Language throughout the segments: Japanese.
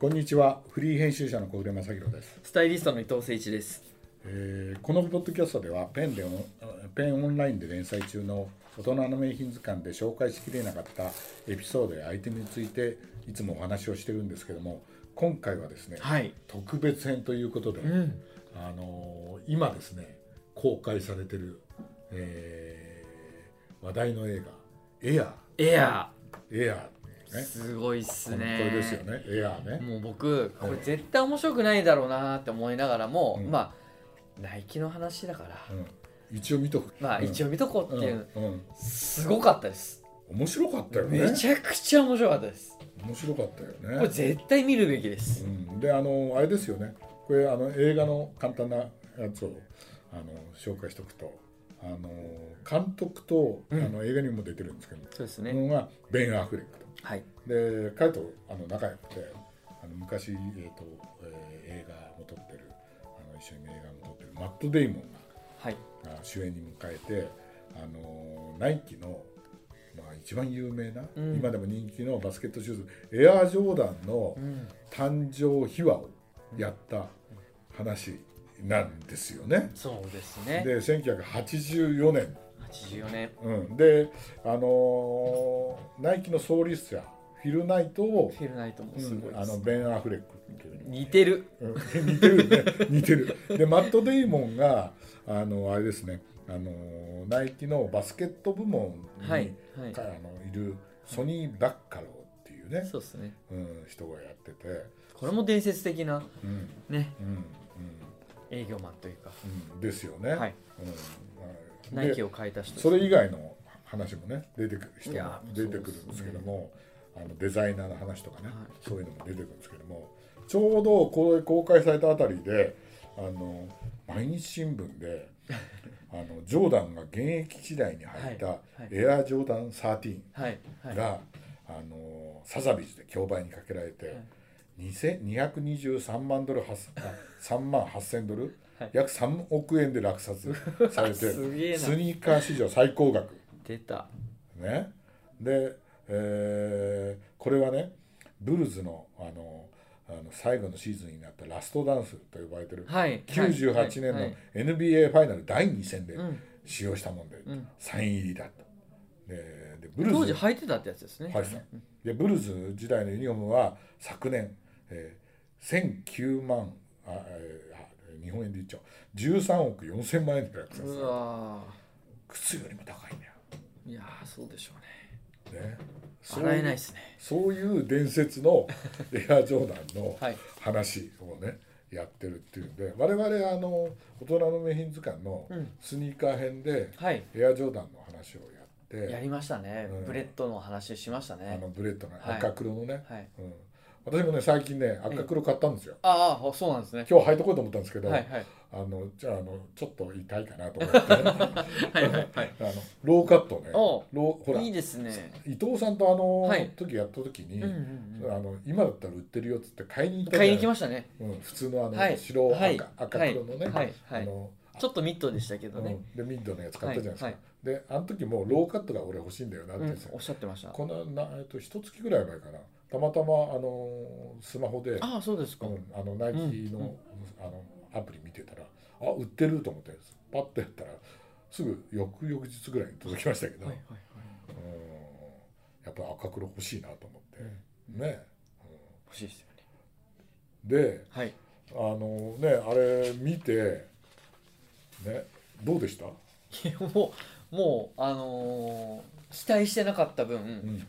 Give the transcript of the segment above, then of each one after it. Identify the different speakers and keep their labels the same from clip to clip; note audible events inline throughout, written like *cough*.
Speaker 1: こんにちはフリー編集者の小暮正弘です、
Speaker 2: スタイリストの伊藤誠一です。
Speaker 1: えーこのポッドキャストではペンでペンオンラインで連載中の大人の名品図鑑で紹介しきれなかったエピソードやアイテムについていつもお話をしてるんですけども今回はですね、
Speaker 2: はい。
Speaker 1: 特別編ということで、
Speaker 2: ん。
Speaker 1: あのー今ですね公開されてる、えー話題の映画「エア
Speaker 2: エア
Speaker 1: ー」エアー
Speaker 2: ー、
Speaker 1: ね
Speaker 2: すごいっす
Speaker 1: こ
Speaker 2: ね。
Speaker 1: れですよ。ねエアーね
Speaker 2: もう僕これ絶対面白くないだろうなって思いながらも、
Speaker 1: うん
Speaker 2: まあナイキの話だから、
Speaker 1: うん、一応見とく
Speaker 2: まあ一応見とこう
Speaker 1: う
Speaker 2: っ
Speaker 1: ん
Speaker 2: ていう、
Speaker 1: うんうん
Speaker 2: すごかったです。
Speaker 1: 面白かったよね
Speaker 2: めちゃくちゃ面白かったです。
Speaker 1: 面白かったよね
Speaker 2: これ絶対見るべきです。
Speaker 1: うん、であのあれですよねこれあの映画の簡単なやつをあの紹介しておくとあの監督と、
Speaker 2: うん
Speaker 1: あの映画にも出てるんですけど、
Speaker 2: そうです
Speaker 1: こ
Speaker 2: ね。
Speaker 1: のがベン・アフレックと
Speaker 2: はい。
Speaker 1: で彼とあの仲良くてあの昔、えーとえー映画も撮ってるあの一緒に映画も撮ってるマット・デイモンが
Speaker 2: はい。
Speaker 1: あ主演に迎えて、あのナイキの、まあ、一番有名な、
Speaker 2: うん
Speaker 1: 今でも人気のバスケットシューズエアージョーダンの
Speaker 2: うん。
Speaker 1: 誕生秘話をやった話なんですよね。
Speaker 2: そうですね。
Speaker 1: で1984年
Speaker 2: 84年。
Speaker 1: うん、で、あのーナイキの創立者フィル・ナイトを、
Speaker 2: フィルナイトも
Speaker 1: う
Speaker 2: す
Speaker 1: ん
Speaker 2: ごいで
Speaker 1: あ
Speaker 2: す。
Speaker 1: のベン・アフレックっていう
Speaker 2: 似てる。
Speaker 1: うん似てるよね似てるでマット・デイモンがあのあれですねあのナイキのバスケット部門に、
Speaker 2: はい。はい
Speaker 1: か。あのいるソニー・ダッカローっていうね、
Speaker 2: そうですね。
Speaker 1: うん、人がやってて、
Speaker 2: これも伝説的な
Speaker 1: うんうん
Speaker 2: ね
Speaker 1: うん
Speaker 2: 営業マンというか。
Speaker 1: うん、ですよね、
Speaker 2: はい。
Speaker 1: うんまあ
Speaker 2: ナイキを変えた人
Speaker 1: それ以外の話もね出てくる人
Speaker 2: い
Speaker 1: も
Speaker 2: や
Speaker 1: 出てくるんですけども、あのデザイナーの話とかね、
Speaker 2: はい
Speaker 1: そういうのも出てくるんですけどもちょうどこれ公開されたあたりであの毎日新聞
Speaker 2: *laughs*
Speaker 1: であのジョーダンが現役時代に入った、
Speaker 2: はいはい
Speaker 1: エアージョーダン13
Speaker 2: はいはい
Speaker 1: が、あのサザビーズで競売にかけられて、
Speaker 2: はい
Speaker 1: 2000 223万ドルは
Speaker 2: *laughs*
Speaker 1: すあ3万8000ドル、
Speaker 2: はい
Speaker 1: 約3億円で落札されて
Speaker 2: *laughs* すげえな
Speaker 1: スニーカー史上最高額
Speaker 2: 出た
Speaker 1: ねで、えーこれはねブルーズのあのあの最後のシーズンになったラストダンスと呼ばれてる、
Speaker 2: はい
Speaker 1: 98年
Speaker 2: はいは
Speaker 1: の
Speaker 2: い
Speaker 1: NBA ファイナル第2戦で
Speaker 2: うん
Speaker 1: 使用したもんで、
Speaker 2: うん
Speaker 1: サイン入りだと。ででブル
Speaker 2: 当
Speaker 1: ー
Speaker 2: 時
Speaker 1: ズ
Speaker 2: 履いてたってやつですね
Speaker 1: はいでブルーズ時代のユニフォームは昨年、えー、1009万あ、えーあ日本円で言っちゃう13億4000万円で落札
Speaker 2: うわ
Speaker 1: 靴よりも高いんだよ、
Speaker 2: ーいやーそうでしょう
Speaker 1: ね、そう
Speaker 2: ね洗えないですね
Speaker 1: そういう伝説
Speaker 2: *laughs*
Speaker 1: のエアジョーダンの
Speaker 2: はい
Speaker 1: 話をねやってるっていうんで我々あの大人の名品図鑑の
Speaker 2: うん
Speaker 1: スニーカー編で
Speaker 2: はい
Speaker 1: エアジョーダンの話をやって、
Speaker 2: やりましたね
Speaker 1: うん
Speaker 2: ブレッドの話しました
Speaker 1: あ
Speaker 2: ね
Speaker 1: のブレッドの
Speaker 2: はい
Speaker 1: 赤黒のね、
Speaker 2: はい
Speaker 1: うん、私もね最近ね赤黒買ったんですよ、
Speaker 2: ああそうなんですね
Speaker 1: 今日履いとこうと思ったんですけど、
Speaker 2: はいはい
Speaker 1: あのじゃああのちょっと痛いかなと思って
Speaker 2: *laughs*
Speaker 1: あ
Speaker 2: はいはいはい
Speaker 1: のローカットね
Speaker 2: おう
Speaker 1: ローほら
Speaker 2: いいですね
Speaker 1: 伊藤さんとあの、
Speaker 2: はい
Speaker 1: 時やった時に、
Speaker 2: うんうんうん
Speaker 1: あの今だったら売ってるよっつって買いに行った
Speaker 2: 買いに来
Speaker 1: ま
Speaker 2: ましたね
Speaker 1: うん、普通のあの、
Speaker 2: はい
Speaker 1: 白赤、
Speaker 2: はい
Speaker 1: 赤黒のね、
Speaker 2: はいはいはい
Speaker 1: あの
Speaker 2: ちょっとミッドでしたけどね
Speaker 1: うん、でミッドのやつ買ったじゃないですか、
Speaker 2: はい
Speaker 1: であの時もうローカットが俺欲しいんだよなっ
Speaker 2: う
Speaker 1: て
Speaker 2: ん
Speaker 1: 言ってた、
Speaker 2: おっしゃってました
Speaker 1: このなえっと一月ぐらい前かなたまたまあのスマホで
Speaker 2: ああそうですか
Speaker 1: うん、あのナイキの,、
Speaker 2: うんうん
Speaker 1: あのアプリ見てたらあ売ってると思ってパッとやったらすぐ翌々日ぐらいに届きましたけど、
Speaker 2: はいはい
Speaker 1: うんやっぱ赤黒欲しいなと思って、ね、
Speaker 2: 欲しいですよね
Speaker 1: うんで
Speaker 2: はい
Speaker 1: あのねあれ見てねどうでした、
Speaker 2: いやもうもうあのー期待してなかった分、
Speaker 1: うん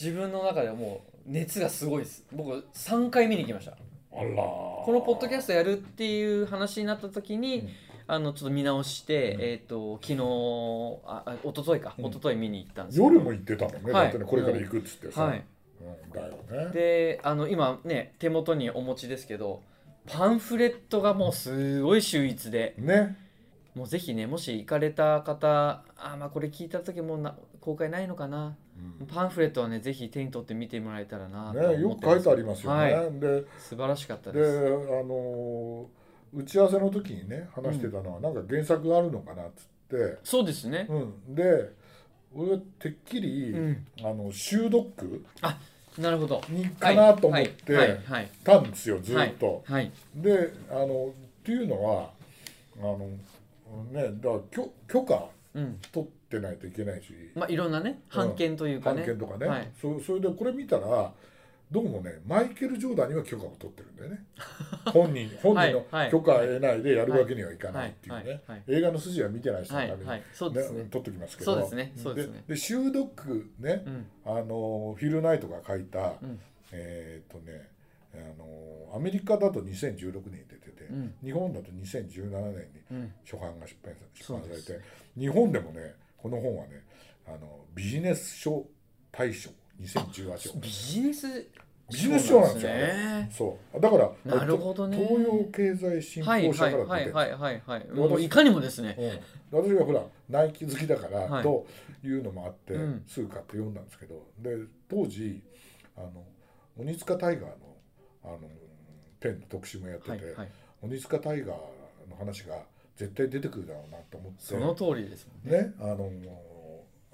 Speaker 2: 自分の中ではもう熱がすごいです僕3回見に行きました
Speaker 1: あらこ
Speaker 2: このポッドキャストやるっていう話になった時に、
Speaker 1: うん
Speaker 2: あのちょっと見直して、
Speaker 1: うん
Speaker 2: えっ、と昨日ああ一昨日か、
Speaker 1: うん
Speaker 2: 一昨日見に行ったんですけど
Speaker 1: 夜も行ってたもんね、
Speaker 2: はい
Speaker 1: だってねこれから行くっつってさ、
Speaker 2: はい
Speaker 1: うん、だよね
Speaker 2: であの今ね手元にお持ちですけどパンフレットがもうすごい秀逸で
Speaker 1: ね
Speaker 2: もうぜひねもし行かれた方あまあこれ聞いた時もうな公開ないのかな
Speaker 1: うん
Speaker 2: パンフレットはねぜひ手に取って見てもらえたらなと
Speaker 1: ね
Speaker 2: 思
Speaker 1: よ
Speaker 2: っ
Speaker 1: く
Speaker 2: てま
Speaker 1: 書いてありますよね、
Speaker 2: は
Speaker 1: で
Speaker 2: 素晴らしかった
Speaker 1: で、
Speaker 2: です
Speaker 1: あのー打ち合わせの時にね話してたのは、なんか原作があるのかなっつって、
Speaker 2: そうですね、
Speaker 1: うん、で俺はてっきり、
Speaker 2: うん
Speaker 1: あのシュードック
Speaker 2: あなるほど
Speaker 1: にかなと思っ
Speaker 2: はいはい
Speaker 1: て
Speaker 2: はい
Speaker 1: たんですよず
Speaker 2: はい
Speaker 1: っと。
Speaker 2: はい
Speaker 1: であのっていうのはあのねだから許許可
Speaker 2: うん
Speaker 1: 取ってないといけないし
Speaker 2: まあいろんなね
Speaker 1: うん
Speaker 2: 判件というか
Speaker 1: 判
Speaker 2: ね
Speaker 1: 件とかね、
Speaker 2: はい
Speaker 1: そそれでこれ見たらどうもねマイケル・ジョーダンには許可を取ってるんだ
Speaker 2: *laughs*
Speaker 1: よね本人本人
Speaker 2: はいは
Speaker 1: の
Speaker 2: い
Speaker 1: 許可を得ないでやるわけにはいかないっていうね、
Speaker 2: はいはいはい
Speaker 1: 映画の筋は見てない人の
Speaker 2: は
Speaker 1: た
Speaker 2: い
Speaker 1: めに、
Speaker 2: はいそうですね
Speaker 1: 取ってきますけど
Speaker 2: そうですねそうですね
Speaker 1: ででシュードックね、
Speaker 2: うん
Speaker 1: あのフィル・ナイトが書いた、
Speaker 2: うん
Speaker 1: えーっとねあのアメリカだと2016年に出てて、
Speaker 2: うん
Speaker 1: 日本だと2017年に
Speaker 2: うん
Speaker 1: 初版が出版さ出
Speaker 2: そう
Speaker 1: 版さ
Speaker 2: で
Speaker 1: れ
Speaker 2: す
Speaker 1: て、
Speaker 2: ね
Speaker 1: 日本でもねこの本はねあのビジネス書大賞2018賞
Speaker 2: ビジネス
Speaker 1: ビジネス賞なんですよ
Speaker 2: ね
Speaker 1: そうだから
Speaker 2: なるほどね
Speaker 1: 東洋経済新
Speaker 2: はい
Speaker 1: 報社
Speaker 2: はい
Speaker 1: から出てる、
Speaker 2: はいはいはいはい
Speaker 1: 私
Speaker 2: もういかにもですね
Speaker 1: うん、私がほらナイキ好きだから、
Speaker 2: はい
Speaker 1: というのもあって、
Speaker 2: うん
Speaker 1: すぐ買って読んだんですけどで当時あの鬼塚タイガーのあのペンの特集もやってて、
Speaker 2: はいはい
Speaker 1: 鬼塚タイガーの話が絶対出てくるだろうなと思って
Speaker 2: その通りですもんね
Speaker 1: ねあの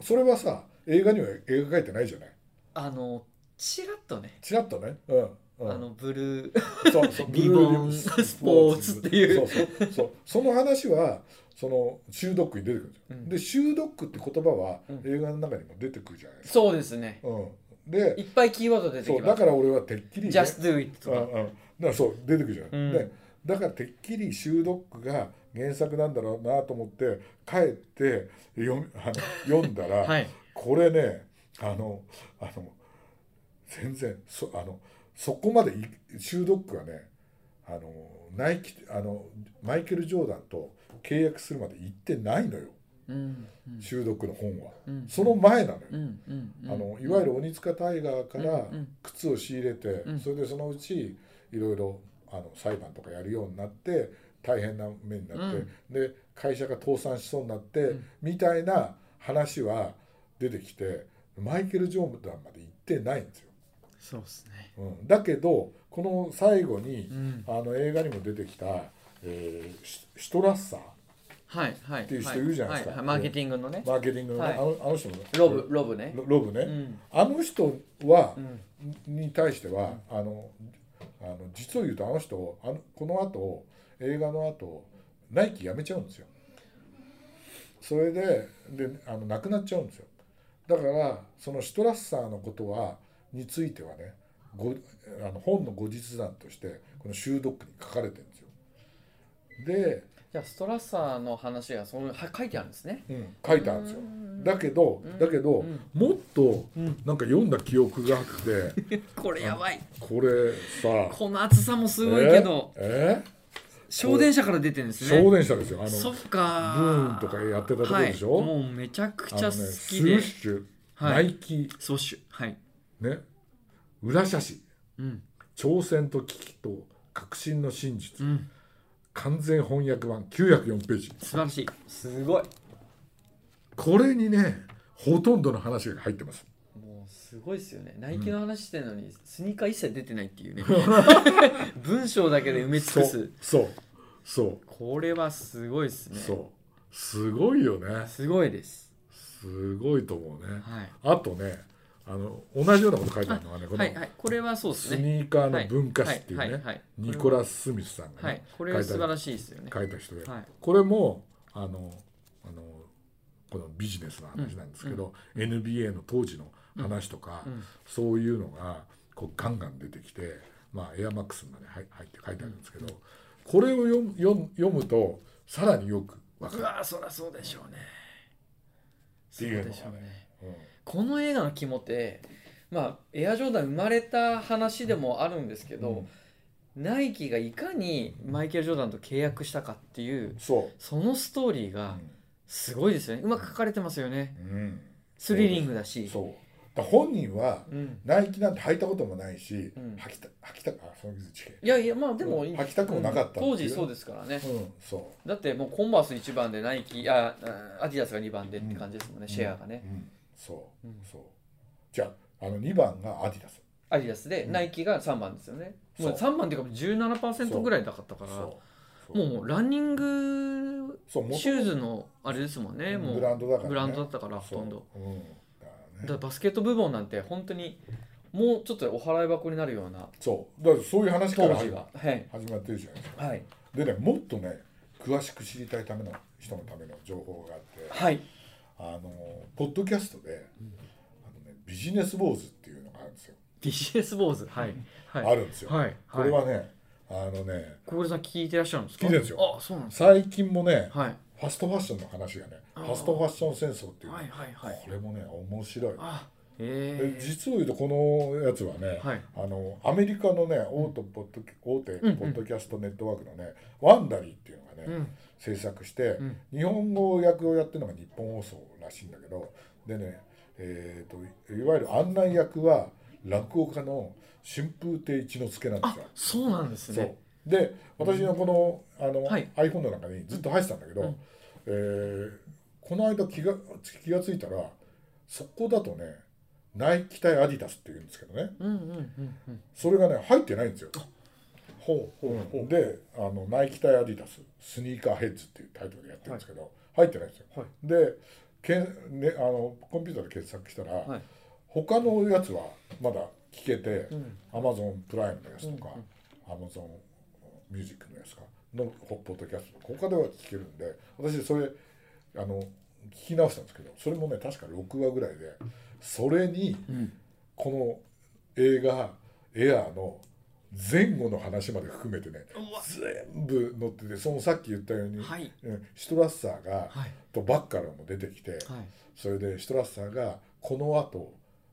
Speaker 1: それはさ映画には描かれてないじゃない
Speaker 2: あのちらっとね
Speaker 1: ちらっとね、うんうん、
Speaker 2: あのブルー
Speaker 1: そうそう
Speaker 2: リボ
Speaker 1: ブ
Speaker 2: ン
Speaker 1: ルーリ
Speaker 2: スポーツっていう
Speaker 1: そうそうそうその話はそのシュードックに出てくるんですよ、
Speaker 2: う
Speaker 1: でシュ
Speaker 2: ん
Speaker 1: ードックって言葉は
Speaker 2: うん
Speaker 1: 映画の中にも出てくるじゃないですか、
Speaker 2: そうですね
Speaker 1: うんで
Speaker 2: いっぱいキーワード出て
Speaker 1: そ
Speaker 2: き
Speaker 1: うだ
Speaker 2: ます
Speaker 1: から俺はてっきりね、
Speaker 2: Just do it と
Speaker 1: うんう
Speaker 2: か
Speaker 1: ん、だからそう出てくるじゃない、
Speaker 2: うん
Speaker 1: でだからてっきりシュードックが原作なんだろうなと思って帰って読みあの読んだら、
Speaker 2: はい
Speaker 1: これねあのあの全然そあのそこまでいシュードックはねあのナイキあのマイケル・ジョーダンと契約するまで行ってないのよ、
Speaker 2: うんうん
Speaker 1: シュードックの本は、
Speaker 2: うん
Speaker 1: その前なのよ、
Speaker 2: うんうんうん
Speaker 1: あのいわゆる鬼塚タイガーから
Speaker 2: うんうん
Speaker 1: 靴を仕入れて、
Speaker 2: ん
Speaker 1: それでそのうちいろいろあの裁判とかやるようになって大変な目になって、で会社が倒産しそうになって、
Speaker 2: ん
Speaker 1: みたいな話は出てきてマイケル・ジョーダンまで行ってないんですよ。
Speaker 2: そうですね
Speaker 1: うん、だけどこの最後に、
Speaker 2: うん
Speaker 1: あの映画にも出てきた、えーシシトラッサー
Speaker 2: はいはいって
Speaker 1: いう人いるじゃないですか
Speaker 2: はいはい、マーケティングのね
Speaker 1: マーケティングのね、
Speaker 2: はい
Speaker 1: あのあの人も
Speaker 2: ロブロブね
Speaker 1: ロロブね、
Speaker 2: ん
Speaker 1: あの人は、に対しては、あのあの実を言うとあの人あのこの後映画の後ナイキ辞めちゃうんですよそれでであの亡くなっちゃうんですよだからそのシュトラッサーのことはについてはねごあの本の後日談としてこの「シュードック」に書かれてるんですよで、
Speaker 2: じゃあストラッサーの話がそのは書いてあるんですね
Speaker 1: うん、書いてあるんですよだけどだけど、
Speaker 2: うん
Speaker 1: もっとなんか読んだ記憶があって、
Speaker 2: これやばい
Speaker 1: これさ
Speaker 2: この厚さもすごいけど、
Speaker 1: え
Speaker 2: 省電車から出てるんで
Speaker 1: え
Speaker 2: すね
Speaker 1: 送電車ですよあの
Speaker 2: そっか
Speaker 1: ブーンとかやってたとこでしょ
Speaker 2: はい、もうめちゃく
Speaker 1: あ
Speaker 2: ち
Speaker 1: の
Speaker 2: ゃ
Speaker 1: ね
Speaker 2: 好
Speaker 1: ス
Speaker 2: き
Speaker 1: ウ
Speaker 2: で、
Speaker 1: ッシュ、
Speaker 2: は
Speaker 1: ナ
Speaker 2: い
Speaker 1: イキ
Speaker 2: ソッシュはい
Speaker 1: ね裏写真
Speaker 2: うん
Speaker 1: 挑戦と危機と革新の真実、
Speaker 2: うん
Speaker 1: 完全翻訳版904ページ
Speaker 2: 素晴らしいすごい
Speaker 1: これにねほとんどの話が入ってます
Speaker 2: もうすごいですよねナイキの話してるのにスニーカー一切出てないってい
Speaker 1: *laughs*
Speaker 2: うね文章だけで埋め尽
Speaker 1: そ
Speaker 2: く
Speaker 1: う
Speaker 2: す
Speaker 1: そうそ
Speaker 2: これはすごいです
Speaker 1: う
Speaker 2: ね
Speaker 1: そうすごいよね
Speaker 2: すごいです
Speaker 1: すごいと思うね
Speaker 2: はい
Speaker 1: あとねあの同じようなこと書いてあるのがねこ
Speaker 2: はいは
Speaker 1: の
Speaker 2: いこれはそうです
Speaker 1: ス
Speaker 2: ね
Speaker 1: ニーカーの文化史っていう
Speaker 2: はいは
Speaker 1: ね
Speaker 2: いはいはい
Speaker 1: ニコラス・スミスさんが
Speaker 2: は
Speaker 1: ね、
Speaker 2: いこれは
Speaker 1: 書い
Speaker 2: 素
Speaker 1: てあ
Speaker 2: 晴
Speaker 1: る
Speaker 2: らしいですよね
Speaker 1: 書いた人で、
Speaker 2: はい
Speaker 1: これもあのあのこのビジネスの話なんですけど、NBA の当時の話とか、
Speaker 2: うん
Speaker 1: そういうのがこうガンガン出てきて、まあ、エアマックスまで入入って書いてあるんですけど、これを読む読む読むとさらによく分か
Speaker 2: う
Speaker 1: る。
Speaker 2: わーそりゃそうでしょうね
Speaker 1: て
Speaker 2: そう
Speaker 1: いうのがね
Speaker 2: でしょうね
Speaker 1: うん
Speaker 2: この映画の肝ってまあエアジョーダン生まれた話でもあるんですけど、ナイキがいかにマイケル・ジョーダンと契約したかっていう
Speaker 1: そ
Speaker 2: そのストーリー
Speaker 1: う、
Speaker 2: がすごいですよねうまく書かれてますよね
Speaker 1: うん
Speaker 2: スリリングだし
Speaker 1: そうだから本人は
Speaker 2: うん、
Speaker 1: ナイキなんて履いたこともないし、
Speaker 2: うん
Speaker 1: 履きた履きたあその水地形
Speaker 2: いやいやまあでも、
Speaker 1: うん履きたくもなかったっていう
Speaker 2: 当時そうですからね、
Speaker 1: うんそう
Speaker 2: だってもうコンバース1番でナイキああアディダスが2番でって感じですもんね、シェアがね、
Speaker 1: うん、そう、
Speaker 2: うん
Speaker 1: そうじゃああの2番がアディダス
Speaker 2: アディダスで
Speaker 1: うん
Speaker 2: ナイキが3番ですよね、
Speaker 1: そう
Speaker 2: もう3番っていうか
Speaker 1: そ
Speaker 2: 17%
Speaker 1: う
Speaker 2: ぐらいだったから
Speaker 1: そう
Speaker 2: もうランニング
Speaker 1: そうも
Speaker 2: シューズのあれですもんねもう
Speaker 1: ブランドだから、ね、
Speaker 2: ブランドだったからほとんど
Speaker 1: そう、うんだから
Speaker 2: だ
Speaker 1: ね
Speaker 2: からバスケット部門なんて本当にもうちょっとお払い箱になるような
Speaker 1: そうだからそういう話か
Speaker 2: 当
Speaker 1: ら
Speaker 2: 時
Speaker 1: 始
Speaker 2: がはい、
Speaker 1: まってるじゃないですか
Speaker 2: はい
Speaker 1: でねもっとね詳しく知りたいための人のための情報があって
Speaker 2: はい、
Speaker 1: あのポッドキャストで、あのね、ビジネス坊主っていうのがあるんですよ、
Speaker 2: ビジネス坊主はいはい
Speaker 1: あるんですよ、
Speaker 2: はいはい
Speaker 1: これはねあのね
Speaker 2: 小暮さん聞いてらっしゃるんですか
Speaker 1: 聞いてるんですよ
Speaker 2: あそうなんです
Speaker 1: 最近もね、
Speaker 2: かはい
Speaker 1: ファストファッションの話がね
Speaker 2: あ
Speaker 1: フ
Speaker 2: ー
Speaker 1: ァストファッション戦争っていう、
Speaker 2: はいはいはい
Speaker 1: これもね面白い
Speaker 2: あ
Speaker 1: で
Speaker 2: ええ
Speaker 1: 実を言うとこのやつはね、
Speaker 2: はい
Speaker 1: あのアメリカのね大手ポッドキ大手
Speaker 2: うんうん
Speaker 1: ポッドキャストネットワークのね、ワンダリーっていうのがね、
Speaker 2: うん
Speaker 1: 制作して、
Speaker 2: うん
Speaker 1: 日本語訳をやってるのが日本放送らしいんだけどでね、えー、といわゆる案内役は落語家の春風亭一之輔なんで
Speaker 2: あ
Speaker 1: すよ。
Speaker 2: そうなんです
Speaker 1: そ
Speaker 2: ね
Speaker 1: うで私のこの,、あの
Speaker 2: はい
Speaker 1: iPhone の中にずっと入ってたんだけど、
Speaker 2: うん
Speaker 1: えーこの間気が気がついたらそこだとねナイキ対アディダスっていうんですけどね
Speaker 2: うんうんうんうん
Speaker 1: それがね入ってないんですよ。
Speaker 2: ほうほ
Speaker 1: うんであのナイキ対アディダススニーカーヘッズっていうタイトルでやってるんですけど、入ってないんですよ。
Speaker 2: はい
Speaker 1: でけん、ね、あのコンピューターで検索したら、
Speaker 2: はい
Speaker 1: 他のやつはまだ聞けて、
Speaker 2: ん
Speaker 1: Amazon プライムのやつとか、Amazon ミュージックのやつかのポッドキャストとか他では聞けるんで私それあの聞き直したんですけどそれもね確か6話ぐらいでそれに
Speaker 2: ん
Speaker 1: この映画「エアー」の前後の話まで含めてね
Speaker 2: うわ
Speaker 1: 全部載っててそのさっき言ったように、
Speaker 2: はい
Speaker 1: うんシュトラッサーが、
Speaker 2: はい
Speaker 1: とバッカロンも出てきて。
Speaker 2: はい
Speaker 1: それでシュトラッサーがこの後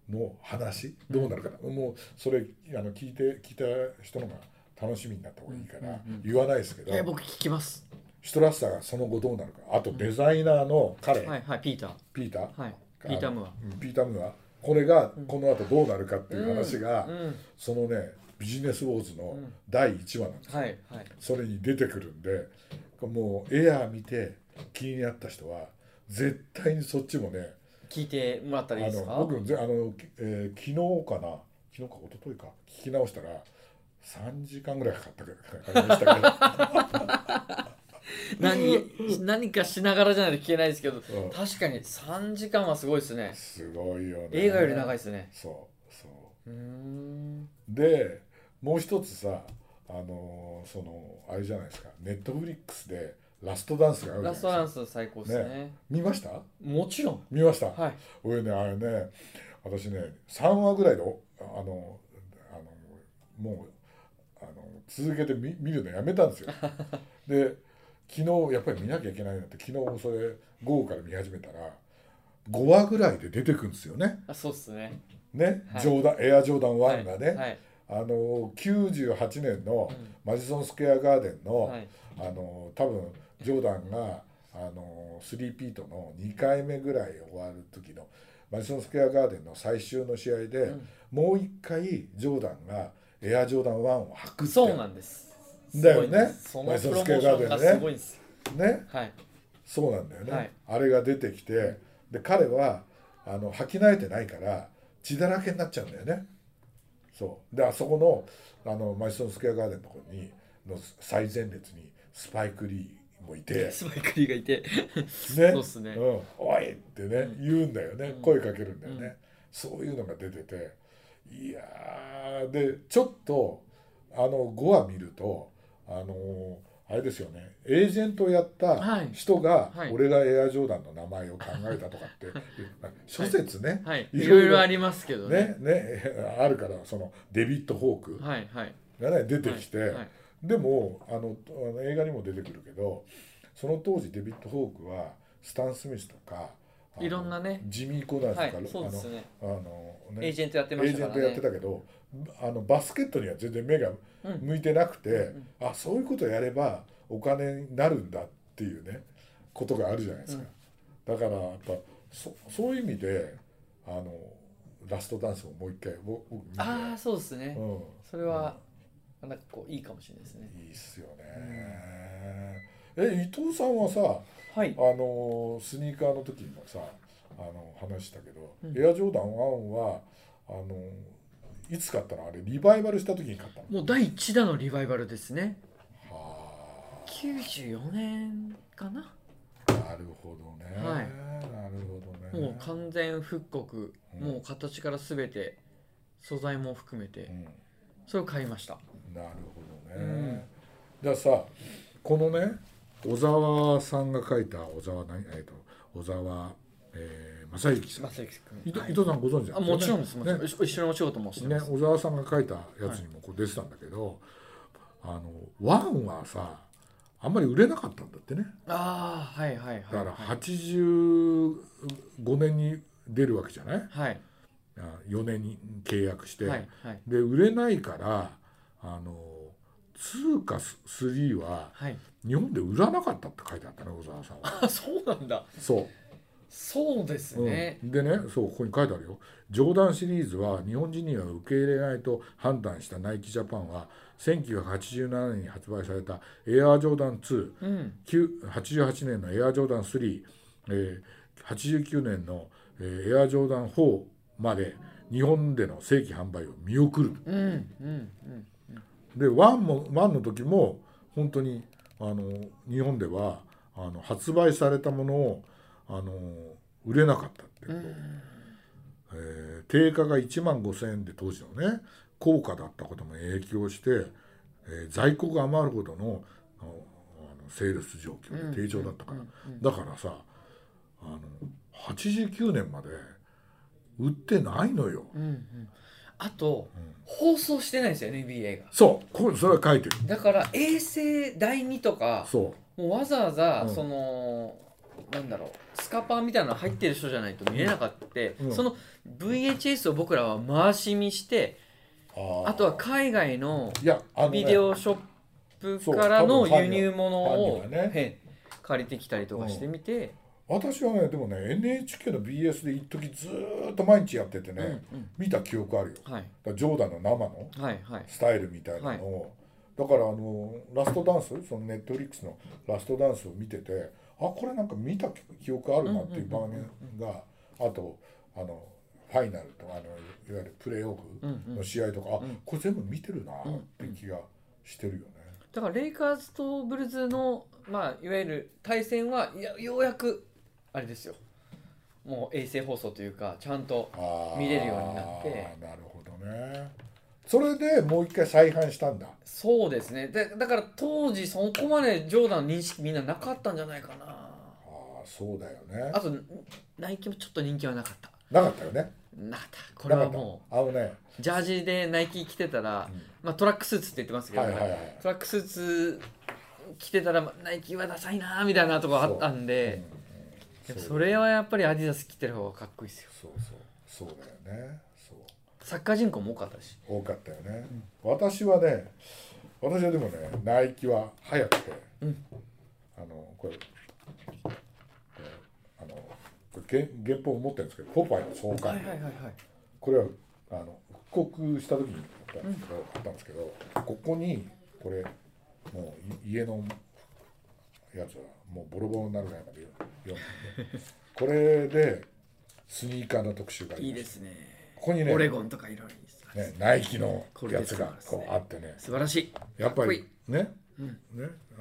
Speaker 1: の話どうなるかな、もうそれあの聞いて聞いた人のが楽しみになった方がいいから言わないですけど、
Speaker 2: いや僕聞きます
Speaker 1: シュトラッサーがその後どうなるかあとデザイナーの彼、
Speaker 2: はいはいピーター
Speaker 1: ピーター、
Speaker 2: はいピータームは
Speaker 1: うんピータームはこれがこの後どうなるかっていう話が、
Speaker 2: うん
Speaker 1: そのねビジネスウォーズの第1話なんですよ
Speaker 2: はいはい
Speaker 1: それに出てくるんでもうエアー見て気になった人は絶対にそっちもね
Speaker 2: 聞いてもらったらいいですか
Speaker 1: あの僕ぜあの、きえー昨日かな昨日か一昨日か聞き直したら3時間ぐらいかかったけどかかりましたけど
Speaker 2: 何何かしながらじゃないと聞けないですけど、
Speaker 1: *laughs* ん
Speaker 2: 確かに3時間はすごいですね
Speaker 1: すごいよね
Speaker 2: 映画より長い
Speaker 1: い
Speaker 2: ですね
Speaker 1: そうそう
Speaker 2: うーん
Speaker 1: でもう一つさあのーそのあれじゃないですかネットフリックスでラストダンスがあるじゃない
Speaker 2: ラ
Speaker 1: で
Speaker 2: ス
Speaker 1: すか
Speaker 2: トダンス最高ですね
Speaker 1: 見ました
Speaker 2: もちろん
Speaker 1: 見ました、
Speaker 2: はい
Speaker 1: 俺ねあれね私ね3話ぐらいでおあのあのもうあの続けて見見るのやめたん
Speaker 2: *laughs*
Speaker 1: ですよ。で昨日やっぱり見なきゃいけないなって昨日それ午後から見始めたら5話ぐらいで出てくるんですよね。
Speaker 2: あそうっすね
Speaker 1: ね、
Speaker 2: はい
Speaker 1: ジョーダンエアジョーダン1がね、
Speaker 2: はいはい
Speaker 1: あの98年の
Speaker 2: ん
Speaker 1: マジソンスクエアガーデンの、
Speaker 2: はい
Speaker 1: あの多分ジョーダンがあのスリーピートの2回目ぐらい終わる時のマジソンスクエアガーデンの最終の試合で、
Speaker 2: ん
Speaker 1: もう一回ジョーダンがエアジョーダン1を履くって
Speaker 2: そうなんです
Speaker 1: だよね
Speaker 2: すごいんですそのプロモーションがすごいんです、
Speaker 1: ね
Speaker 2: はい
Speaker 1: そうなんだよね、
Speaker 2: はい
Speaker 1: あれが出てきてで彼はあの履き慣れてないから血だらけになっちゃうんだよねそうであそこのあのマジソンスクエアガーデンのところにの最前列にスパイク・リーもいて。
Speaker 2: スパイクリーがいて
Speaker 1: ね
Speaker 2: そうっすね
Speaker 1: うん、おいってね、言うんだよね、声かけるんだよね、そういうのが出てていやーでちょっとあの5話見るとあのーあれですよねエージェントをやった人が、
Speaker 2: はいはい
Speaker 1: 俺がエアジョーダンの名前を考えたとかって、諸説ね、
Speaker 2: はいいろいろありますけどね
Speaker 1: ねねあるからそのデビッド・ホーク
Speaker 2: はいはい
Speaker 1: がね出てきて、
Speaker 2: はいはい
Speaker 1: でもあのあの映画にも出てくるけどその当時デビッド・ホークはスタン・スミスとかあの
Speaker 2: いろんなね
Speaker 1: ジミー・コナーズとか、
Speaker 2: はいそうですね
Speaker 1: あのあの
Speaker 2: エージェントやってま
Speaker 1: エー
Speaker 2: し
Speaker 1: ジ
Speaker 2: た
Speaker 1: ェン
Speaker 2: か
Speaker 1: ト
Speaker 2: ら
Speaker 1: やって
Speaker 2: ね
Speaker 1: たけどあのバスケットには全然目が
Speaker 2: うん
Speaker 1: 向いてなくて、あそういうことやればお金になるんだっていうねことがあるじゃないですか、だからやっぱそそういう意味であのラストダンスをもう一回僕僕見て
Speaker 2: ああそうですね、
Speaker 1: うん、
Speaker 2: それは、なんかこういいかもしれないですね
Speaker 1: いいっすよね、え伊藤さんはさあ
Speaker 2: はい
Speaker 1: のスニーカーの時にもさあの話したけど、エアジョーダン1はあのいつ買ったのあれリバイバルした時に買ったの
Speaker 2: もう第1弾のリバイバルですね
Speaker 1: あ
Speaker 2: 94年かな
Speaker 1: ーなるほどね、
Speaker 2: はい
Speaker 1: なるほどね
Speaker 2: もう完全復刻、もう形から全て素材も含めて
Speaker 1: うん
Speaker 2: それを買いました
Speaker 1: なるほどね。
Speaker 2: うん
Speaker 1: じゃあさこのね小沢さんが書いた小沢何えっ、と小沢、えー、正幸さん。
Speaker 2: 松崎
Speaker 1: 伊
Speaker 2: 君、
Speaker 1: 藤
Speaker 2: は
Speaker 1: 伊
Speaker 2: い
Speaker 1: 藤さんご存知な
Speaker 2: あもちろんですもちろん
Speaker 1: ね
Speaker 2: 一緒にお仕事もして
Speaker 1: ね
Speaker 2: ます、
Speaker 1: 小沢さんが書いたやつにもこう出てたんだけど、あのワンはさあんまり売れなかったんだってね。
Speaker 2: ああはいはいはい
Speaker 1: だから
Speaker 2: はい
Speaker 1: 85年に出るわけじゃない
Speaker 2: はい
Speaker 1: あ ?4 年に契約して、
Speaker 2: はいはい
Speaker 1: で売れないからあの2か3は
Speaker 2: はい
Speaker 1: 日本で売らなかったって書いてあったね小沢さんは。
Speaker 2: *laughs* あそうなんだ
Speaker 1: そ
Speaker 2: そうです
Speaker 1: う、うん
Speaker 2: ね、
Speaker 1: でねそうここに書いてあるよ「冗談シリーズは日本人には受け入れないと判断したナイキジャパンは1987年に発売されたエアージョーダン2」
Speaker 2: うん
Speaker 1: 9 88年のエアジョーダン3、えー、89年の、えーエアジョーダン4まで日本での正規販売を見送る
Speaker 2: うんうんうん
Speaker 1: で1も1の時も本当にあの日本ではあの発売されたものをあの売れなかったっていうう、
Speaker 2: ん
Speaker 1: えー定価が1万5,000円で当時のね高価だったことも影響して、えー在庫が余るほどのあのあのセールス状況で低調だったから、
Speaker 2: うんうんうん
Speaker 1: だからさあの89年まで売ってないのよ、
Speaker 2: うんうんあと
Speaker 1: うん
Speaker 2: 放送してないんですよ NBA が
Speaker 1: そうこれそれは書いてる
Speaker 2: だから衛星第2とか
Speaker 1: そ
Speaker 2: もうわざわざ、
Speaker 1: うん
Speaker 2: そのなんだろうスカパーみたいなの入ってる人じゃないと見れなかった、
Speaker 1: うん
Speaker 2: その VHS を僕らは回し見して
Speaker 1: う
Speaker 2: あとは海外の
Speaker 1: いやあのね
Speaker 2: ビデオショップから
Speaker 1: そ
Speaker 2: の
Speaker 1: う多分
Speaker 2: 輸入物
Speaker 1: フ
Speaker 2: を
Speaker 1: ァンにはね
Speaker 2: へん借りてきたりとかしてみて、
Speaker 1: 私はねでもね NHK の BS で一時ずーっと毎日やってて
Speaker 2: うん
Speaker 1: ね、見た記憶あるよだか
Speaker 2: うんはい
Speaker 1: らジョーダンの生の
Speaker 2: はいはい
Speaker 1: スタイルみたいなのを、だからあのラストダンスそのネットフリックスのラストダンスを見ててあこれなんか見た記憶あるなっていう場面が、あとあのファイナルとかあのいわゆるプレーオ
Speaker 2: うんう
Speaker 1: フ
Speaker 2: ん
Speaker 1: の試合とか、あこれ全部見てるなって気がしてるよね。
Speaker 2: だからレイカーズとブルズの、まあ、いわゆる対戦はいやようやくあれですよもう衛星放送というかちゃんと
Speaker 1: あー
Speaker 2: 見れるようになって
Speaker 1: なるほどねそれでもう一回再販したんだ
Speaker 2: そうですねでだから当時そこまでジョーダンの認識みんななかったんじゃないか
Speaker 1: あ
Speaker 2: な
Speaker 1: あそうだよね
Speaker 2: あとナイキもちょっと人気はなかった
Speaker 1: なかったよね
Speaker 2: なかったこれ
Speaker 1: な
Speaker 2: は
Speaker 1: か
Speaker 2: も
Speaker 1: ったあのね
Speaker 2: うジャージでナイキ着てたら、
Speaker 1: うん
Speaker 2: まあ、トラックスーツって言ってますけど、
Speaker 1: はいはいはい
Speaker 2: トラックスーツ着てたらナイキはダサいなーみたいなとこあったん
Speaker 1: そううんう
Speaker 2: で
Speaker 1: ん
Speaker 2: でも
Speaker 1: そう
Speaker 2: それはやっぱりアディダス着てる方がかっこいいですよ
Speaker 1: そうそうそうだよねそう
Speaker 2: サッカー人口も多かったし
Speaker 1: 多かったよね、私はね私はでもねナイキは早くて、
Speaker 2: うん
Speaker 1: あのこれこれあのこれ原原本を持ってるんですけどポパイの創刊、
Speaker 2: はいはい
Speaker 1: これはあの復刻した時に買ったんですけど、買ったんですけどここにこれもうい家のやつはもうボロボロになるぐらいまで読んでこれでスニーカーの特集がありま
Speaker 2: い
Speaker 1: す
Speaker 2: いですね
Speaker 1: ここにね
Speaker 2: オレゴンとかいろいろいいです
Speaker 1: ねナイキの
Speaker 2: これ
Speaker 1: や
Speaker 2: で
Speaker 1: つ
Speaker 2: す
Speaker 1: がこうあってね
Speaker 2: 素晴らしい
Speaker 1: やっぱ
Speaker 2: かこい
Speaker 1: り
Speaker 2: い
Speaker 1: ねね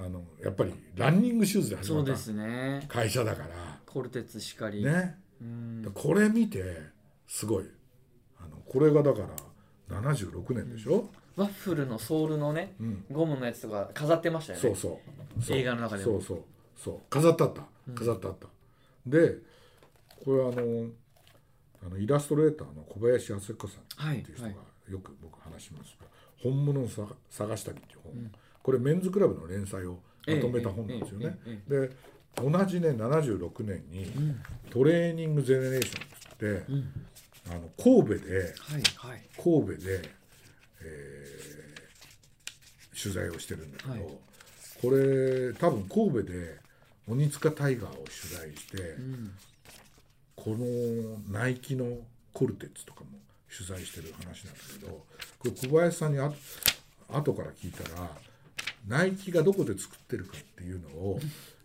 Speaker 1: あのやっぱりランニングシューズで始
Speaker 2: そ
Speaker 1: ま
Speaker 2: う
Speaker 1: っ
Speaker 2: ですね
Speaker 1: た会社だから
Speaker 2: コルテツしかり、
Speaker 1: ね
Speaker 2: うん
Speaker 1: これ見てすごいあのこれがだから76年でしょ
Speaker 2: ワッフルのソールのね、
Speaker 1: うん
Speaker 2: ゴムのやつとか飾ってましたよね
Speaker 1: そうそうそう
Speaker 2: 映画の中でも
Speaker 1: そうそうそう飾ってあった飾ってあった、でこれあのあのイラストレーターの小林靖彦さん
Speaker 2: はい
Speaker 1: っていう人
Speaker 2: は
Speaker 1: が
Speaker 2: い
Speaker 1: よく僕話しますが「本物をさ探したり」っていう本、これメンズクラブの連載をまとめた本なんですよね。
Speaker 2: えええ
Speaker 1: で同じね76年に「トレーニング・ゼネレーション」って言って、あの神戸で
Speaker 2: はいはい
Speaker 1: 神戸で、えー取材をしてるんだけど、
Speaker 2: はい
Speaker 1: これ多分神戸で鬼塚タイガーを取材して、
Speaker 2: うん
Speaker 1: このナイキのコルテッツとかも取材してる話なんだけどこれ小林さんにあ後から聞いたらナイキがどこで作ってるかっていうのを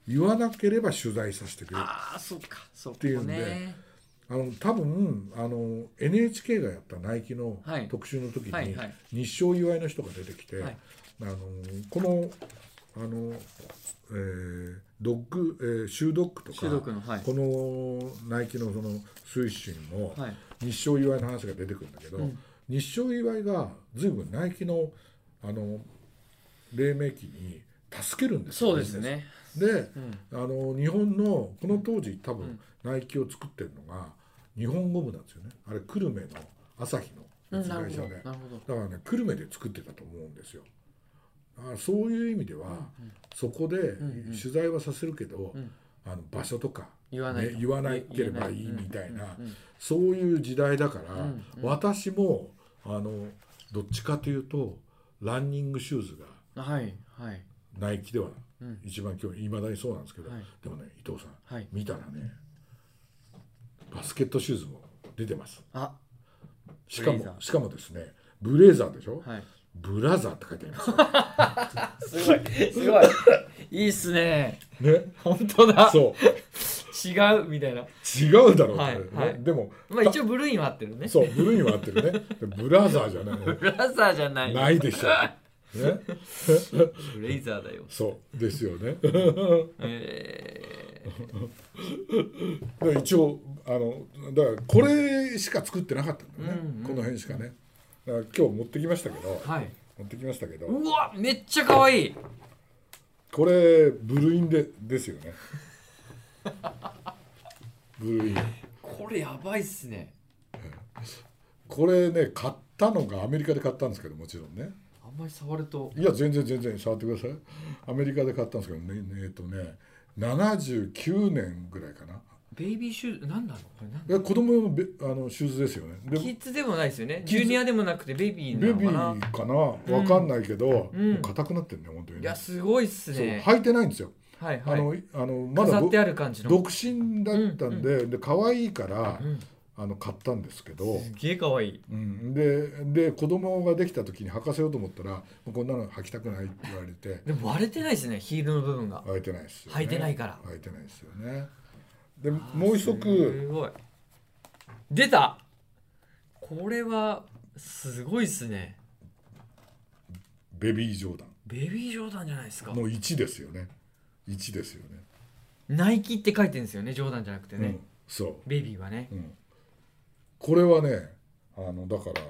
Speaker 1: 言わなければ取材させてくれる
Speaker 2: ああそうかそこ
Speaker 1: ていうんで
Speaker 2: ね
Speaker 1: あの多分あの NHK がやったナイキの
Speaker 2: はい
Speaker 1: 特集の時
Speaker 2: は
Speaker 1: に
Speaker 2: いはい
Speaker 1: 日照祝いの人が出てきて、
Speaker 2: はい
Speaker 1: あのこのあの、えードッグ、えーシュードッグとか
Speaker 2: シュードッグのはい
Speaker 1: このナイキのそのスイッシュにも
Speaker 2: はい
Speaker 1: 日照祝いの話が出てくるんだけど、
Speaker 2: うん
Speaker 1: 日照岩井が随分ナイキのあの黎明期に助けるんですよ
Speaker 2: そうですね。
Speaker 1: で
Speaker 2: うん
Speaker 1: あの日本のこの当時多
Speaker 2: うん
Speaker 1: 分ナイキを作ってるのが日本ゴムなんですよねあれ久留米の朝日
Speaker 2: う
Speaker 1: の
Speaker 2: ん、なる
Speaker 1: 会
Speaker 2: ほ
Speaker 1: 社
Speaker 2: ど。
Speaker 1: で
Speaker 2: なるほど。
Speaker 1: だからね久留米で作ってたと思うんですよあそういう意味では、そこで
Speaker 2: んうん
Speaker 1: 取材はさせるけど、
Speaker 2: うん
Speaker 1: あの場所とか、
Speaker 2: 言わないと、
Speaker 1: ね言わなければいいみたいな、
Speaker 2: うんうん
Speaker 1: そういう時代だから、
Speaker 2: うんうん
Speaker 1: 私もあのどっちかというとランニングシューズが
Speaker 2: うんはいはい。
Speaker 1: ナイキでは
Speaker 2: うん
Speaker 1: 一番興味いまだにそうなんですけど、
Speaker 2: はい
Speaker 1: でもね伊藤さん
Speaker 2: はい。
Speaker 1: 見たらねバスケットシューズも出てます
Speaker 2: あ
Speaker 1: しか
Speaker 2: ブレイザ
Speaker 1: も
Speaker 2: ー
Speaker 1: しかもですねブレーザーでしょ、
Speaker 2: はい。
Speaker 1: ブラザーって書いてありますよ
Speaker 2: すごいすごい。いいっすね。 *laughs*
Speaker 1: ね
Speaker 2: 本当だ。
Speaker 1: そう
Speaker 2: 違うみたいな。
Speaker 1: 違うだろうって、
Speaker 2: はい
Speaker 1: ね
Speaker 2: はい
Speaker 1: でも
Speaker 2: まあ一応ブルーインは合ってるね。
Speaker 1: そうブルーには合ってるねでブラザーじゃない
Speaker 2: *laughs* ブラザーじゃない。
Speaker 1: ないでしょね
Speaker 2: ブレイザーだよ。
Speaker 1: そうですよね
Speaker 2: え
Speaker 1: で一応あのだからこれしか作ってなかったんだよね、
Speaker 2: うんうん
Speaker 1: この辺しかねだから今日持ってきましたけど
Speaker 2: ー、はい。
Speaker 1: 持ってきましたけど
Speaker 2: うわめっちゃ可愛い。
Speaker 1: これブルーインでですよねブルーイン
Speaker 2: これやばいっすね。
Speaker 1: これね買ったのがアメリカで買ったんですけどもちろんね
Speaker 2: あんまり触ると。
Speaker 1: いや全然全然触ってくださいアメリカで買ったんですけどねえっとね79年ぐらいかな
Speaker 2: ベイビーシューズなんなのこれなん
Speaker 1: え子供用のベあのシューズですよねで
Speaker 2: キッズでもないですよね。ジュニアでもなくてベビー
Speaker 1: ベ
Speaker 2: なの
Speaker 1: ビ
Speaker 2: か
Speaker 1: ー
Speaker 2: な。
Speaker 1: かなわかんないけど、
Speaker 2: うん
Speaker 1: もう硬くなってるね本当に
Speaker 2: い
Speaker 1: ね
Speaker 2: やすごいっす
Speaker 1: そう
Speaker 2: ね。
Speaker 1: 履いてないんですよ、
Speaker 2: はいはい。
Speaker 1: あのいあのまだ
Speaker 2: 飾っ
Speaker 1: ど
Speaker 2: てある感じの。
Speaker 1: 独身だったんで、で可愛いから、
Speaker 2: うん
Speaker 1: あの買ったんですけど、
Speaker 2: すげえ可愛い。
Speaker 1: うん、でで子供ができた時に履かせようと思ったらもうこんなの履きたくないって言われて
Speaker 2: でも割れてないですねヒールの部分が。
Speaker 1: 履いてないですよ、ね、
Speaker 2: 履いてないから
Speaker 1: 履いてないですよねでもう一足
Speaker 2: すごい。出た。これはすごいっすね。
Speaker 1: ベビージョーダ
Speaker 2: ベビージョーダンじゃないですか
Speaker 1: ン。の1ですよね1ですよね
Speaker 2: ナイキって書いてるんですよね。ジョーダンじゃなくてね。
Speaker 1: うん、そ
Speaker 2: ベビーはね
Speaker 1: う、。うん、これはねあのだからあ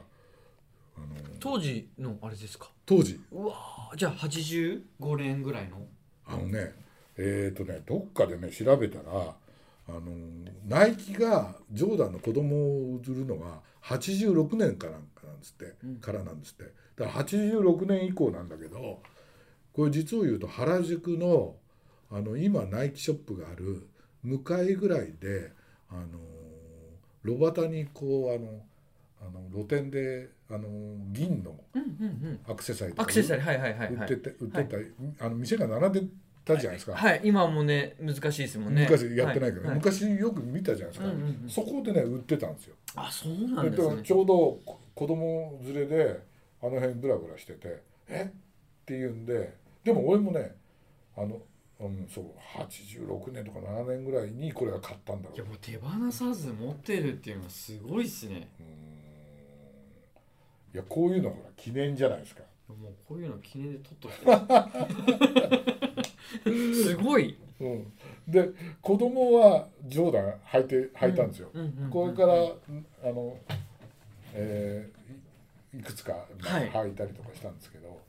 Speaker 1: の
Speaker 2: 当時のあれですか。
Speaker 1: 当時
Speaker 2: うわーじゃあ85年ぐらいの。
Speaker 1: あのねえっ、とねどっかでね調べたらあのナイキがジョーダンの子供を譲るのは86年からなんかなんですって、
Speaker 2: うん
Speaker 1: からなんですってだから86年以降なんだけどこれ実を言うと原宿のあの今ナイキショップがある向かいぐらいであの路端にこうあのあの露店であの銀の
Speaker 2: うんうんうん。
Speaker 1: アクセサリーとか
Speaker 2: アクセサリーはいはいはい
Speaker 1: 売
Speaker 2: は
Speaker 1: っ
Speaker 2: い
Speaker 1: て。て、売ってた、あの店が並んでたじゃないですか、
Speaker 2: はい今もね難しいですもんね。
Speaker 1: 昔やってないけど、
Speaker 2: はは
Speaker 1: 昔よく見たじゃないですか、
Speaker 2: うんうんうん
Speaker 1: そこでね売ってたんですよ
Speaker 2: あそうなんで
Speaker 1: だ
Speaker 2: す
Speaker 1: から
Speaker 2: ね
Speaker 1: ち。ょうどこ子供連れであの辺ブラブラしてて「えっ?」て言うんででも俺もねあの、うん、そう86年とか7年ぐらいにこれは買ったんだろ
Speaker 2: いうやもう手放さず持ってるっていうのはすごいっすね。
Speaker 1: うーんいやこういうのほら記念じゃないですか
Speaker 2: もうこういうの記念で撮っときたい。 *laughs* すごい。
Speaker 1: うんで子供はジョーダン履いて履いたんですよ、
Speaker 2: ううう
Speaker 1: これから、あの、えーいいくつか、まあ
Speaker 2: はい
Speaker 1: 履いたりとかしたんですけど、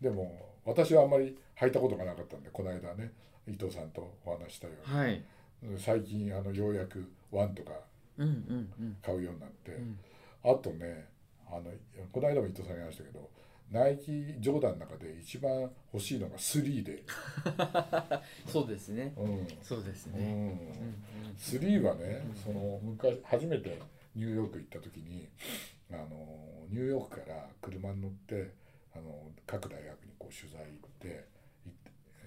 Speaker 1: でも私はあんまり履いたことがなかったんでこの間ね伊藤さんとお話ししたよう
Speaker 2: はい。
Speaker 1: に、最近あのようやくワンとか
Speaker 2: うんうんうん。
Speaker 1: 買うようになって、
Speaker 2: ん
Speaker 1: あとねあのこの間も伊藤さんに話したけどナイキジョーダンの中で一番欲しいのが3で、
Speaker 2: そうですね。
Speaker 1: うん
Speaker 2: そうです
Speaker 1: う
Speaker 2: ね。
Speaker 1: ん
Speaker 2: うんうん
Speaker 1: 3はね、その昔初めてニューヨーク行った時にあのニューヨークから車に乗ってあの各大学にこう取材行って行って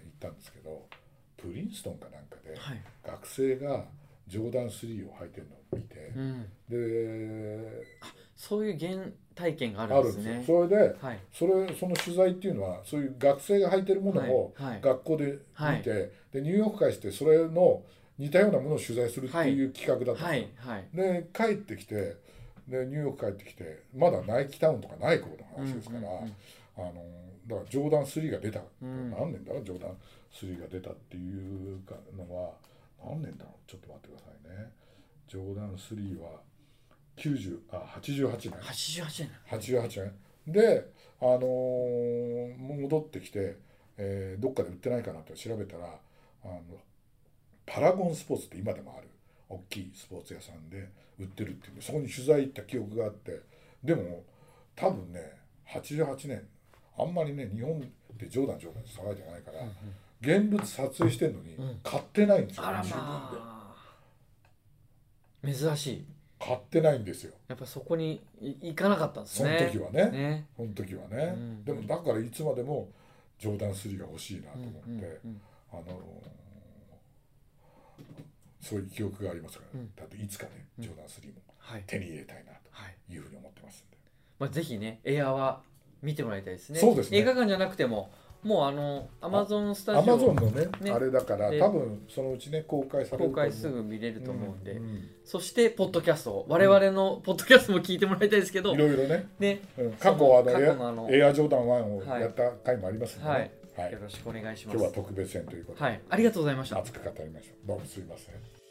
Speaker 1: 行ったんですけどプリンストンかなんかで
Speaker 2: はい。
Speaker 1: 学生がジョーダン3を履いてるのを見て、
Speaker 2: うん。
Speaker 1: で
Speaker 2: そういう原体験があ
Speaker 1: ある
Speaker 2: るんで
Speaker 1: ん
Speaker 2: す
Speaker 1: ですよ、それ
Speaker 2: ね。
Speaker 1: で
Speaker 2: はい。
Speaker 1: それその取材っていうのはそういう学生が履いてるものを
Speaker 2: はいはい
Speaker 1: 学校で見て、でニューヨークからしてそれの似たようなものを取材するっていう企画だったんですよ。
Speaker 2: はいはい。
Speaker 1: で帰ってきてでニューヨーク帰ってきてまだナイキタウンとかない頃の話ですから、
Speaker 2: うんうんうん
Speaker 1: あのだからジョーダン3が出た、
Speaker 2: うん
Speaker 1: 何年だろうジョーダン3が出たっていうかのは何年だろうちょっと待ってくださいねジョーダン3は90あ88年
Speaker 2: 88年な
Speaker 1: 88年で、あのー戻ってきて、えーどっかで売ってないかなって調べたらあのパラゴンスポーツって今でもある大きいスポーツ屋さんで売ってるっていうんでそこに取材行った記憶があってでも多分ね88年あんまりね日本で冗談冗談で騒いじゃないから、現物撮影してんのに
Speaker 2: うん
Speaker 1: 買ってないんですよ、
Speaker 2: あら
Speaker 1: 自分で
Speaker 2: まあ珍しい
Speaker 1: 買ってないんですよ
Speaker 2: やっぱそこにい行かなかったんです
Speaker 1: その
Speaker 2: ね
Speaker 1: 時はね
Speaker 2: ね
Speaker 1: その時はね、
Speaker 2: うん
Speaker 1: でもだからいつまでも冗談すりが欲しいなと思って、
Speaker 2: うんうん
Speaker 1: あのそういう記憶がありますから、
Speaker 2: うん
Speaker 1: だっていつかね冗談スリーも
Speaker 2: はい、
Speaker 1: 手に入れたいな
Speaker 2: はい
Speaker 1: というふうに思ってますんで、
Speaker 2: まあ、ぜひねエアは見てもらいたいですね
Speaker 1: そうですね
Speaker 2: 映画館じゃなくてももうあのアマゾンスタ
Speaker 1: ア
Speaker 2: ジ
Speaker 1: マゾン
Speaker 2: オ
Speaker 1: のね
Speaker 2: ね
Speaker 1: あれだから
Speaker 2: で
Speaker 1: 多分そのうちね公開されると思
Speaker 2: 公
Speaker 1: う
Speaker 2: 開すぐ見れると思うんで、
Speaker 1: ん
Speaker 2: そしてポッドキャストを我々のポッドキャストも聞いてもらいたいですけど、
Speaker 1: いろいろね、
Speaker 2: ね
Speaker 1: うん過去はあの
Speaker 2: 過
Speaker 1: エ
Speaker 2: 去のあの
Speaker 1: アエア冗談1をやった回もありますんでね、
Speaker 2: はい
Speaker 1: はい
Speaker 2: よろしくお願いしま
Speaker 1: 今
Speaker 2: す
Speaker 1: 日は特別編ということで、
Speaker 2: はいありがとうございました
Speaker 1: 熱く語りましたどうもすいません